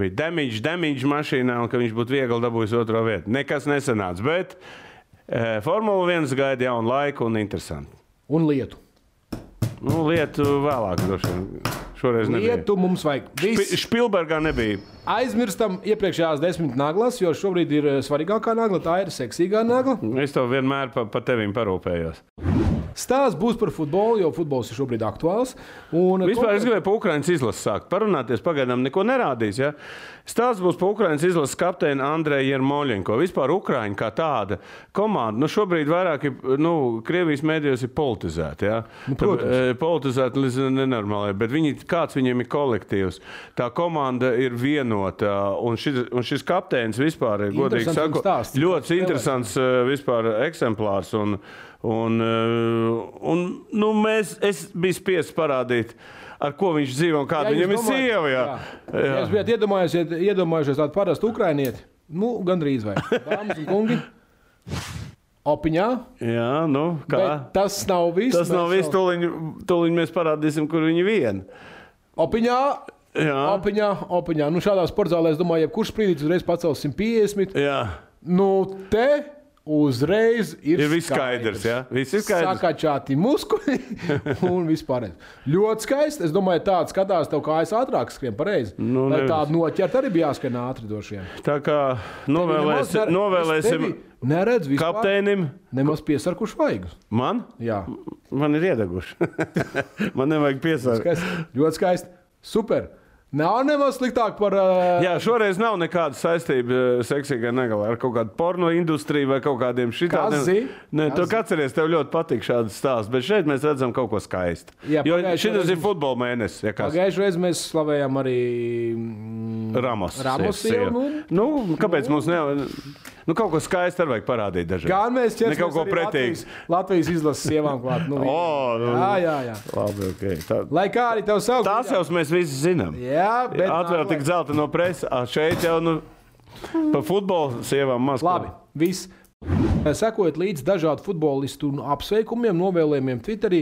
Speaker 2: bija damage, damage mašīnā un ka viņš būtu viegli dabūjis otro vietu. Nekas nesanāca, bet eh, Formula 1 gaida jaunu laiku un interesantu.
Speaker 3: Un lietu.
Speaker 2: Nu, lietu vēlāk, droši vien. Šoreiz nebija.
Speaker 3: Lietu mums vajag. Viss.
Speaker 2: Pi- Špilbergā nebija.
Speaker 3: Aizmirstam iepriekšējās desmit naglas, jo šobrīd ir eh, svarīgākā nagla, tā ir seksīgā nagla.
Speaker 2: Es tev vienmēr par pa tevim parūpējos.
Speaker 3: Stāsts būs par futbolu, jo futbols ir šobrīd aktuāls. Un, eh,
Speaker 2: Vispār es
Speaker 3: konkrēt-
Speaker 2: gribēju par Ukraiņas izlases sākt. Parunāties pagaidām neko nerādīs. Ja? Stāsts būs par Ukraiņas izlases kapteini Andreju Jermoļinko. Vispār Ukraiņa kā tāda komanda. Nu, šobrīd vairāk ir, nu, Krievijas mēdījos ir politizēta. Ja? Nu,
Speaker 3: protams.
Speaker 2: politizēta līdz nenormālai, bet viņi, kāds viņiem ir kolektīvs. Tā komanda ir vienota. Un šis, un šis kapteinis vispār ir, godīgi
Speaker 3: Interesants
Speaker 2: sakot,
Speaker 3: stāsts.
Speaker 2: ļoti
Speaker 3: Spēlē.
Speaker 2: interesants eh, vispār eksemplārs. Un, un, eh, un, nu, mēs, es biju spiests parādīt, ar ko viņš dzīvo un kāda
Speaker 3: Ja
Speaker 2: viņam ir
Speaker 3: jūs domājat-
Speaker 2: sieva. Jā.
Speaker 3: jā. Ja Jūs bijat iedomājušies, iedomājušies tādu parastu ukrainieti. Nu, gandrīz vai. Dāmas un kungi. Opiņā.
Speaker 2: jā, nu kā.
Speaker 3: Bet tas nav viss. nu,
Speaker 2: Tas
Speaker 3: Mēs
Speaker 2: nav viss.
Speaker 3: vēl-
Speaker 2: Tūlīt, tūlīņ mēs parādīsim, kur viņi vien.
Speaker 3: Opiņā.
Speaker 2: Jā,
Speaker 3: Opiņā, opiņā. Nu, šādā sporta zālē, es domāju, jebkurš brīdis uzreiz pacels 150.
Speaker 2: jā.
Speaker 3: Nu, te uzreiz ir,
Speaker 2: ir viss skaidrs. Jā, viss ir skaidrs.
Speaker 3: Sakačāti muskuļi un vispār. Ļoti skaisti. Es domāju, tāds skatās tev, kā es ātrāk skrienu pareizi.
Speaker 2: Nu,
Speaker 3: Lai
Speaker 2: nevis.
Speaker 3: tādu noķert arī bija jāskrien ātri došiem.
Speaker 2: Tā kā novēlēs, novēlēsim
Speaker 3: Neredz vispār.
Speaker 2: kapteinim,
Speaker 3: Nemaz piesarkuši vaigus.
Speaker 2: man,
Speaker 3: Jā,
Speaker 2: man ir iedeguši. man nevajag piesākt.
Speaker 3: skaisti. Ļoti skaisti. Super. Nav nemaz sliktāk par. Uh,
Speaker 2: Jā, šoreiz nav nekāda saistība eh, seksīgā negalā ar kaut kādu porno industriju vai kaut kādiem šitādiem.
Speaker 3: Kazi.
Speaker 2: Nē, tu
Speaker 3: Kazi.
Speaker 2: atceries, tev ļoti patīk šāds stāsts, bet šeit mēs redzam kaut ko skaistu.
Speaker 3: Jā,
Speaker 2: jo
Speaker 3: pagājušajā
Speaker 2: šis
Speaker 3: reizē-
Speaker 2: ir futbola mēnesis. Ja kas.
Speaker 3: Pagājušajā reizē mēs slavējām arī mm,
Speaker 2: Ramos.
Speaker 3: Ramos
Speaker 2: sieva,
Speaker 3: sievu, nu,
Speaker 2: sieva. Nu, kāpēc mums ne... Nu, kaut ko skaistu arī vajag parādīt dažreiz.
Speaker 3: Gan mēs
Speaker 2: Ne
Speaker 3: ķeramies
Speaker 2: kaut ko
Speaker 3: arī
Speaker 2: pretīgu.
Speaker 3: Latvijas, Latvijas izlases sievām klāt. Nu,
Speaker 2: O, nu.
Speaker 3: jā, jā, jā.
Speaker 2: Labi, okay. Tā...
Speaker 3: Lai kā arī tev sauc.
Speaker 2: Tās jau mēs visi zinām.
Speaker 3: Jā, bet
Speaker 2: Atvērt tik zelta no presa, a šeit jau nu, pa futbolu sievām maz. ko.
Speaker 3: Labi, viss. Sekojiet līdz dažādu futbolistu un apsveikumiem, novēlējumiem Twitterī.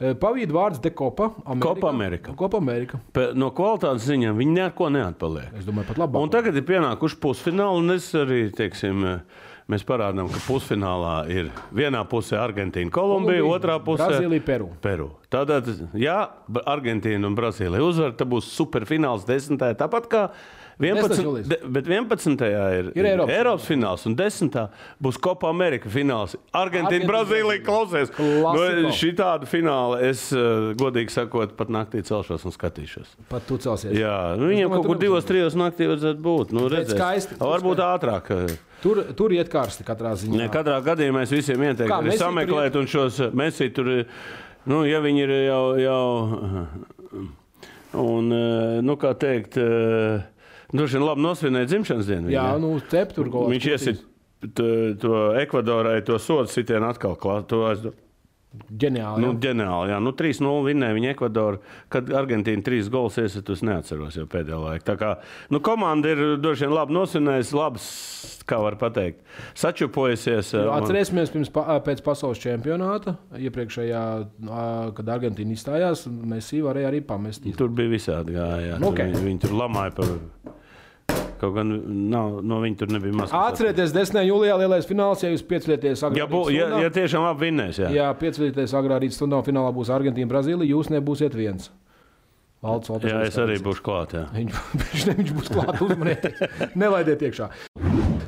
Speaker 3: eh, Pavīd vārds Dekopa.
Speaker 2: Copa America.
Speaker 3: Kopa Amerika.
Speaker 2: Pe- No kvalitātes ziņām viņi neko neatpaliek.
Speaker 3: Es domāju, pat labāk.
Speaker 2: Un tagad ir pienākuši pusfināli, un es arī, teiksim, eh, mēs parādām, ka pusfinālā ir vienā pusē Argentīna, Kolumbija,
Speaker 3: Kolumbija,
Speaker 2: otrā pusē
Speaker 3: Brazīlija, Peru.
Speaker 2: Peru. Tātad, ja Bra- Argentīna un Brazīlija uzvar, tad būs superfināls desmitā. Tāpat kā
Speaker 3: 10.
Speaker 2: 11.
Speaker 3: jūlijas.
Speaker 2: De, bet 11. ir,
Speaker 3: Ir Eiropas.
Speaker 2: Eiropas fināls, un 10. būs Copa Amerika fināls. Argentīna,
Speaker 3: Argentīna,
Speaker 2: Brazīlija klausies. Nu,
Speaker 3: Klasiko.
Speaker 2: šī tāda fināla es, eh, godīgi sakot, pat naktī celšos un skatīšos.
Speaker 3: Pat tu celsies.
Speaker 2: Jā, nu, viņam
Speaker 3: domāju,
Speaker 2: kaut kur
Speaker 3: tur nebūs
Speaker 2: divos, trijos naktī vajadzētu būt. Nu,
Speaker 3: Bet
Speaker 2: redzēs.
Speaker 3: skaisti, tur
Speaker 2: Varbūt ātrāk. eh,
Speaker 3: Tur, tur iet karsti katrā ziņā.
Speaker 2: Ne, katrā gadījumā mēs visiem
Speaker 3: Kā,
Speaker 2: ieteiktu arī
Speaker 3: Messi tur
Speaker 2: sameklēt, un šos mēsī tur, nu, ja viņi ir jau, jau un, eh, nu, kā teikt, eh, droši vien labi nosvinēja dzimšanas dienu.
Speaker 3: Jā,
Speaker 2: viņam.
Speaker 3: nu, cep tur kaut
Speaker 2: viņš iesit t- to Ekvadorai, to sodu sitienu atkal klāt. To aizdo-
Speaker 3: Ģeniāli.
Speaker 2: Nu,
Speaker 3: Nu,
Speaker 2: ģeniāli, jā. Nu, 3-0 vinnēja viņa Ekvadoru. Kad Argentīna 3 gols iesita, es neatceros jau pēdējā laikā. Tā kā nu, komanda ir droši vien labi nosvinējusi, labs, kā var pateikt, sačupojusies. un-
Speaker 3: Atcerēsimies, pirms, pa, pēc pasaules čempionāta, iepriekšējā, ā, kad Argentīna izstājās, mēs īstenībā varējām arī pamest.
Speaker 2: Tur bija visādi gājēji.
Speaker 3: Nu, ok.
Speaker 2: Viņi, viņi tur lamāja par. Kaut gan nav, no viņa tur nebija maz. kas
Speaker 3: Atcerieties, 10. jūlijā lielais fināls, ja jūs piecieties
Speaker 2: tāds.
Speaker 3: agrā
Speaker 2: Ja, bū,
Speaker 3: rīta
Speaker 2: ja,
Speaker 3: stundā.
Speaker 2: ja tiešām labi vinnēs, jā. jā.
Speaker 3: Jā, piecieties agrā rīta stundā, un finālā būs Argentīna, Brazīlija. Jūs nebūsiet viens. Valds, Valds,
Speaker 2: Jā, es arī būšu klāt. Jā.
Speaker 3: Viņš, viņš, ne, viņš būs klāts, uzmanieties, nelaidiet iekšā.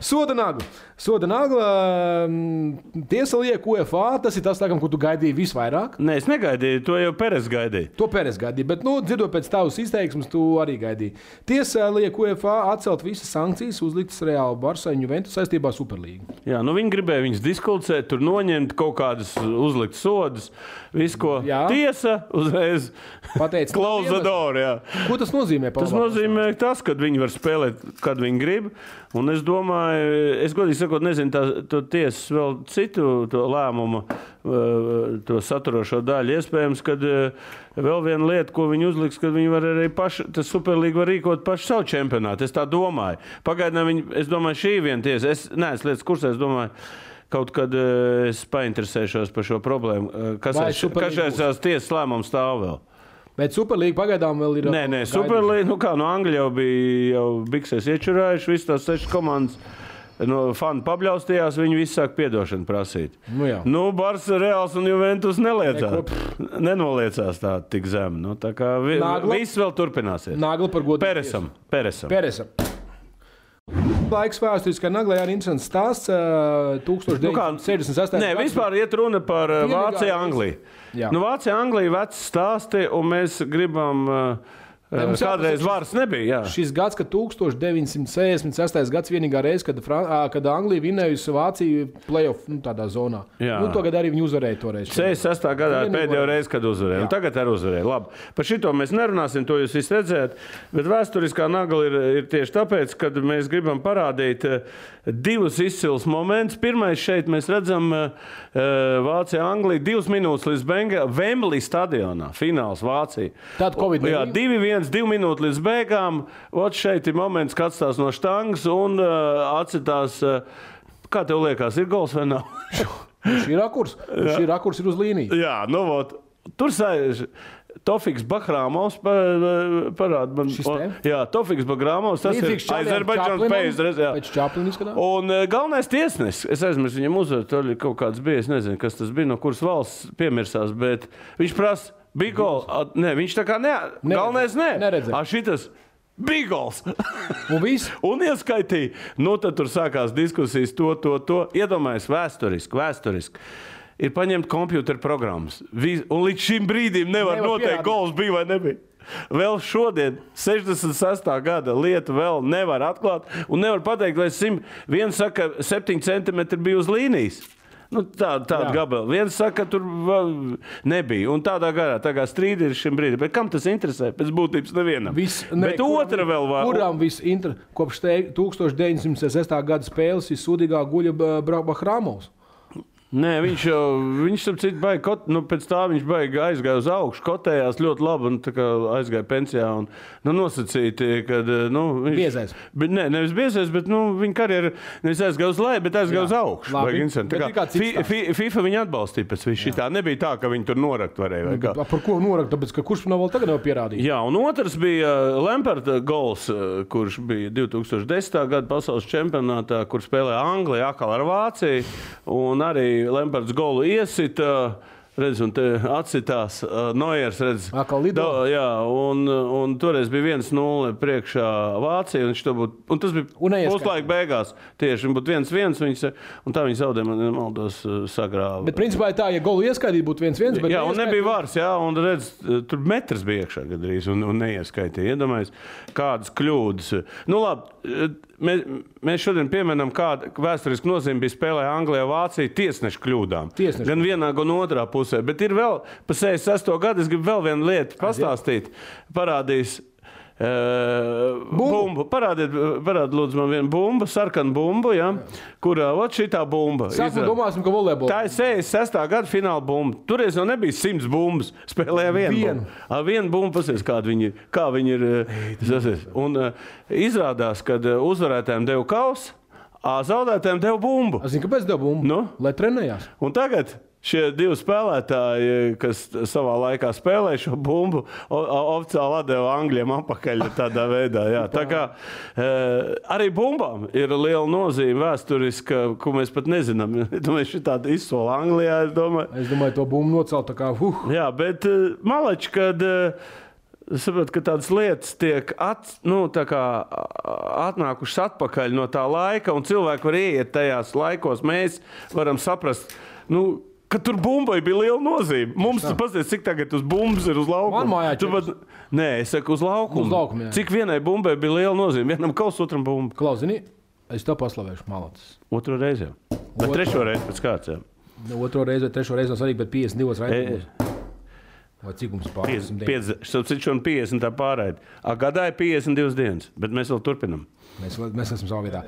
Speaker 3: Soda nagla. Soda nagla mm, tiesa liek UFA. Tas ir tas, laikam, ko tu gaidīji visvairāk.
Speaker 2: Nē, es negaidīju, to jau Pēters gaidīja.
Speaker 3: To pērēs gaidīja, bet, nu, dzirdot pēc tavas izteiksmes, tu arī gaidīji. Tiesa liek UFA atcelt visas sankcijas uzliktas Reāla Barcelona Juventus saistībā ar Superlīgu.
Speaker 2: Jā, nu viņi gribēja viņus diskutēt, tur noņemt kaut kādas uzlikt sodus, visu ko
Speaker 3: Jā.
Speaker 2: tiesa uzreiz
Speaker 3: Pateic,
Speaker 2: klauza dārā.
Speaker 3: Ko tas nozīmē?
Speaker 2: Tas nozīmē, tas, ka viņi var spēlēt, kad viņi grib. Un es domāju, es godīgi sakot, nezinu, tā, to tiesas vēl citu to lēmumu, eh, to saturošo daļu. Iespējams, ka vēl viena lieta, ko viņi uzliks, ka viņi var arī paši, tas superlīgi var rīkot pašu savu čempionātu. Es tā domāju. Pagaidām, viņi, es domāju, šī ir viena tiesa. Es neesmu lietas kursā, es domāju. Kaut kad eh, es painteresēšos par šo problēmu, eh, kas
Speaker 3: Vai
Speaker 2: aiz- kas
Speaker 3: Superlīga
Speaker 2: aiz tās tiesas lēmums stāv vēl.
Speaker 3: Bet Superlīga pagaidām vēl ir.
Speaker 2: Nē, nē, Superlīga. Nu kā, nu Angļi jau bija jau biksēs iečurājuši, visas tās sešas komandas. No fanu pabļaustījās, viņi visi sāk piedošanu prasīt.
Speaker 3: Nu jā.
Speaker 2: nu Bars, Reāls un Juventus
Speaker 3: Neko,
Speaker 2: neliecās. Nenoliecās tā tik zem. Nu, tā kā vi,
Speaker 3: Nagla.
Speaker 2: viss vēl turpināsies.
Speaker 3: Nāgla par godu.
Speaker 2: Peresam, Peresam.
Speaker 3: Pērēs. Laiks vēsturiskai naglai arī interesants stāsts. ā,
Speaker 2: Nu kā,
Speaker 3: 1968.
Speaker 2: Nē,
Speaker 3: gads.
Speaker 2: vispār iet runa par uh,
Speaker 3: Vienīgā
Speaker 2: Vāciju,
Speaker 3: reize.
Speaker 2: Angliju.
Speaker 3: Jā.
Speaker 2: Nu, Vācija, Anglija ir vecs stāsti, un mēs gribam. Uh,
Speaker 3: Nē, mums jāpasaka
Speaker 2: Kādreiz
Speaker 3: šis-
Speaker 2: vārds nebija. Jā.
Speaker 3: Šis gads, kad 1968. gads vienīgā reize, kad, Fran ā, kad Anglija vinējusi Vāciju playoff nu, tādā zonā.
Speaker 2: Jā.
Speaker 3: Nu, Tagad arī viņi uzvarēja toreiz.
Speaker 2: 68. gadā
Speaker 3: Vienīgo
Speaker 2: pēdējo
Speaker 3: reizi.
Speaker 2: reizi, kad uzvarēja. Un Tagad arī uzvarēja. Labi. Par šito mēs nerunāsim, to jūs visi redzējāt. Bet vēsturiskā nagla ir, ir tieši tāpēc, ka mēs gribam parādīt eh, divus izcils momentus. Pirmais šeit mēs redzam eh, eh, Vācijā, Anglijā, divas minūtes līdz Benga- Wembley stadionā. Fināls Vācija.
Speaker 3: Tad Covid
Speaker 2: Jā,
Speaker 3: nebija?
Speaker 2: divi, viens, divi minūtes līdz beigām. Ot šeit ir moments, kad atstās no štangas un uh, atcitās. Uh, kā tev liekas, ir gols vai nav?
Speaker 3: Šī rakurs, šī rakurs ir uz līnijas.
Speaker 2: Jā, nu, vot, tur sēž. Tofiks Bahrāmovs pa- parāda man.
Speaker 3: Šis
Speaker 2: o,
Speaker 3: te?
Speaker 2: Jā, Tofiks Bahrāmovs. Tas ir Azerbaidžāns
Speaker 3: pēc
Speaker 2: pēcdreiz.
Speaker 3: Čaplina izskatās.
Speaker 2: Un eh, galvenais tiesnesis, es aizmirsu, viņam uzvaru, tur bija kaut kāds bijis, nezinu, kas tas bija, no kuras valsts piemirsās, bet viņš prasa, bija gols. A, Nē, viņš tā kā ne,
Speaker 3: Neredzēju.
Speaker 2: galvenais nē.
Speaker 3: Neredzēju.
Speaker 2: A, šitas bija gols.
Speaker 3: Un viss
Speaker 2: Un ieskaitīja, nu tad tur sākās diskusijas, to, to, to. Iedomājieties, vēsturiski, vēsturiski. Ir paņemt computer programmas. Vis- Un līdz šim brīdim nevar
Speaker 3: Nevar
Speaker 2: noteikt,
Speaker 3: pierādīt.
Speaker 2: gols bija vai nebija. Vēl šodien, 66. gada lietu vēl nevar atklāt. Un nevar pateikt, vai simt- viens saka, ka 7 centimetri bija uz līnijas. Nu, tā, tāda
Speaker 3: Jā.
Speaker 2: gabala. Viens saka, ka tur vēl nebija. Un tādā garā tā kā strīdi ir šim brīdim. Bet kam tas interesē? Pēc būtības nevienam.
Speaker 3: Viss,
Speaker 2: Bet otra vēl var.
Speaker 3: Kurām viss inter... kopš te, 1906. gada spēles ir sudīgā guļa Bahrāmovs?
Speaker 2: Nē, viņš jau, viņš tam citam bija kaut kā, nu, pēc tam viņš baigi aizgāja uz augšu, kotējās ļoti labi, un tā kā aizgāja pensijā. Un, nu, nosacīti, ka, nu, viņš.
Speaker 3: Biezais.
Speaker 2: Bet, nē, nevis biezais, bet, nu, viņa karjera nevis aizgāja uz leju, bet aizgāja
Speaker 3: Jā,
Speaker 2: uz augšu.
Speaker 3: labi.
Speaker 2: Vai, Vincent,
Speaker 3: Bet
Speaker 2: tā
Speaker 3: ir
Speaker 2: kā
Speaker 3: kāds cits
Speaker 2: fi,
Speaker 3: stāsts.
Speaker 2: fi, FIFA viņa atbalstīja pēc visu šī tā. Nebija tā, ka viņi tur norakt varēja.
Speaker 3: Nu,
Speaker 2: vai kā.
Speaker 3: Par ko norakt? Tāpēc, ka kurš nav vēl tagad nav pierādījis?
Speaker 2: Jā, un otrs bija Lamberta Gols, eh, kurš bija 2010. gada pasaules čempionātā, kur spēlēja Anglijā, atkal ar Vāciju. Un arī Lamberts Golu iesita. Redz, un te atsitās eh, Noiers. Redz,
Speaker 3: Atkal lido.
Speaker 2: Da- Jā, un, un toreiz bija 1-0 priekšā Vācija. un viņš to būtu- Un tas bija
Speaker 3: Un neieskaitām.
Speaker 2: puslaika beigās. Tieši un būtu 1-1. Viņi, sa- un tā viņi zaudēja, man nemaldos, eh, sagrāva.
Speaker 3: Bet principā ir tā, ja golu ieskaitīt būtu viens viens, bet
Speaker 2: Jā, un
Speaker 3: neieskaitīja-
Speaker 2: nebija vārds, jā, un redz, tur metrs bija iekšā gandrīz, un, un neieskaitīja. Iedomājieties, kādas kļūdas. Nu, labi, mēs, mēs šodien pieminam, kāda vēsturiski nozīme bija spēlē Anglijā, Vācijā tiesnešu kļūdām.
Speaker 3: Tiesnešu
Speaker 2: Gan vienā, gan otrā pusē. Bet ir vēl, pa 68 gadu, es gribu vēl vienu lietu pastāstīt. Parādīs. Uh, bumbu. Parādiet, parādiet, lūdzu, man vienu bumbu, sarkanu bumbu, ja, kurā ot šitā bumba.
Speaker 3: Sākumā
Speaker 2: izrāda-
Speaker 3: domāsim, ka volejbols.
Speaker 2: Tā ir 66. gada fināla bumba. Toreiz jau nebija simts bumbas. Spēlēja vienu.
Speaker 3: Vienu.
Speaker 2: bumbu. Ar vienu bumbu pasies, kāda viņi ir. Kā viņi ir eh, zasies. un, eh, izrādās, ka uzvarētājiem deva kausu, a zaudētājiem deva bumbu.
Speaker 3: Es zinu, kāpēc devu bumbu.
Speaker 2: Nu?
Speaker 3: Lai trenējās.
Speaker 2: Un tagad šie divi spēlētāji, eh, kas savā laikā spēlēja šo bumbu, o- o- oficiāli deva angļiem apakaļ tādā veidā. Jā. Tā kā e, arī bumbām ir liela nozīme vēsturiski, ko mēs pat nezinām. Mēs šitādi izsola Anglijā, es domāju. eh,
Speaker 3: Es domāju, to bumbu nocelt tā kā. Huh.
Speaker 2: Jā, bet e, malači, kad e, Es saprotu, ka tādas lietas tiek at, nu, tā kā, a- atnākušas atpakaļ no tā laika, un cilvēki var ieiet tajās laikos. Mēs varam saprast, nu, ka tur bumbai bija liela nozīme. Mums tas patīk, cik tagad uz bumbas ir uz laukuma.
Speaker 3: Man mājā
Speaker 2: Tu
Speaker 3: četras.
Speaker 2: pat- Nē, es saku, uz laukuma.
Speaker 3: Uz laukuma, jā.
Speaker 2: cik vienai bumbai bija liela nozīme? Vienam kausam, otram bumbai.
Speaker 3: Klausini, es te paslavēšu malacis.
Speaker 2: Otru reizi jau. Vai
Speaker 3: Otru.
Speaker 2: trešo reizi pēc kārtas?
Speaker 3: Nu, Otro reizi vai trešo reizi nav svarīgi, bet 52
Speaker 2: E,
Speaker 3: raidījumus. Vai cik mums pāris?
Speaker 2: 50 pārējai. Gadā ir 52 dienas, bet mēs vēl turpinām.
Speaker 3: Mēs, vēl- mēs esam savā vietā.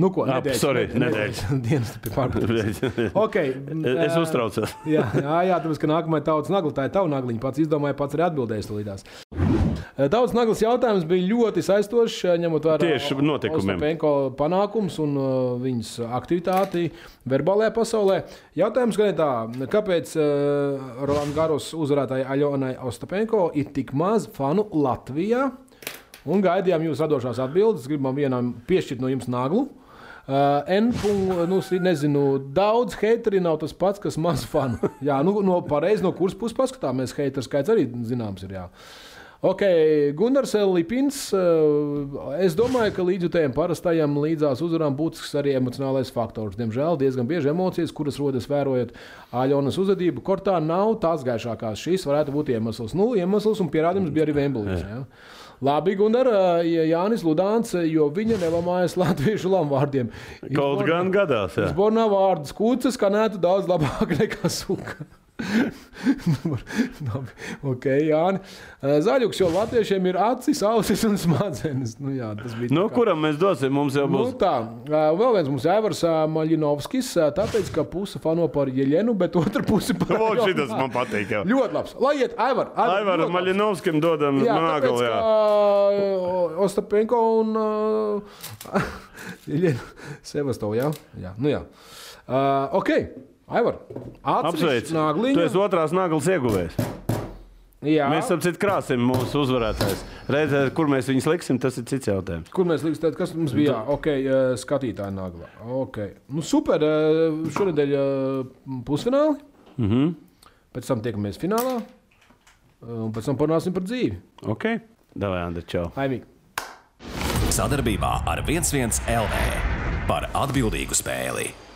Speaker 3: Nu, ko?
Speaker 2: Ap, sorry,
Speaker 3: Dienas pie pārpildījums.
Speaker 2: es
Speaker 3: Okay, eh,
Speaker 2: uztraucos.
Speaker 3: jā, jā, jā, tāpēc, ka nākamā tautas nagla, tā ir tava nagliņa. Pats izdomāja, pats arī atbildēs tulīdās. Tautas naglas jautājums bija ļoti saistošs, eh, ņemot vērā
Speaker 2: Tieši notikumiem.
Speaker 3: Penko panākums un eh, viņas aktivitāti verbālajā pasaulē. Jautājums gan ir tā, kāpēc eh, Roland Garros uzvarētāja Aļonai Ostapenko ir tik maz fanu Latvijā? Un gaidījām jūsu radošās atbildes. Gribam vienam piešķirt no jums naglu. Uh, N. pun- Nu, s- nezinu, daudz hateri nav tas pats, kas maz fanu. Jā, nu, no pareizes no kuras puses paskatāmies. Hateru skaits arī zināms ir. Jā. Ok, Gunārs Lipins. uh, Es domāju, ka līdzjutējiem parastajam līdzās uzvarām būtisks arī emocionālais faktors. Diemžēl diezgan bieži emocijas, kuras rodas vērojot Aļonas uzvedību, kortā nav tās gaišākās. Šīs varētu būt iemesls. Nu, iemesls un pierādījums bija arī Vemblīs. jā. Labi, Gunār, Jānis Ludāns, jo viņa nelamājas latviešu lamvārdiem.
Speaker 2: Kaut gan gadās. jā.
Speaker 3: Zbornā vārdu skūcis skanētu daudz labāk nekā suka. Labi, okay, Jāni. Eh, Zaļuks, jo latviešiem ir acis, ausis un smadzenes. Nu, jā, tas bija
Speaker 2: Nu,
Speaker 3: tā kā-
Speaker 2: kuram mēs dosim? Mums jau
Speaker 3: Nu,
Speaker 2: būs.
Speaker 3: tā, eh, vēl viens mums ir Aivars eh, Maļinovskis, eh, tāpēc, ka puse fano par Jeļenu, bet otra puse par
Speaker 2: Vot
Speaker 3: Aļonu.
Speaker 2: šitas man patīk. jau.
Speaker 3: Ļoti labs. Lai iet, Aivar. ļoti
Speaker 2: Aivaram
Speaker 3: labs.
Speaker 2: Maļinovskim dodam
Speaker 3: Jā,
Speaker 2: nāgalu.
Speaker 3: tāpēc,
Speaker 2: jā.
Speaker 3: ka Ostapenko un uh, Sevastovs. Jā, jā. Nu, jā. Uh, ok, Aivar.
Speaker 2: Apsveic.
Speaker 3: Apsveic.
Speaker 2: Tu esi otrās nāgals ieguvējs.
Speaker 3: Jā,
Speaker 2: Mēs ap citu krāsim mūsu uzvarētājs. Redzēt, kur mēs viņus liksim, tas ir cits jautājums.
Speaker 3: Kur mēs liksim? tad, Kas mums bija? Jā, ok, uh, skatītāji nagla. Okay. Nu, super. Uh, šonadēļ uh, pusfināli.
Speaker 2: Mm -hmm.
Speaker 3: Pēc tam tiekamies finālā. uh, Un pēc tam parunāsim par dzīvi.
Speaker 2: Ok. Davai, Andri, čau.
Speaker 3: Aimīgi.
Speaker 1: Sadarbībā ar 11 LV par atbildīgu spēli.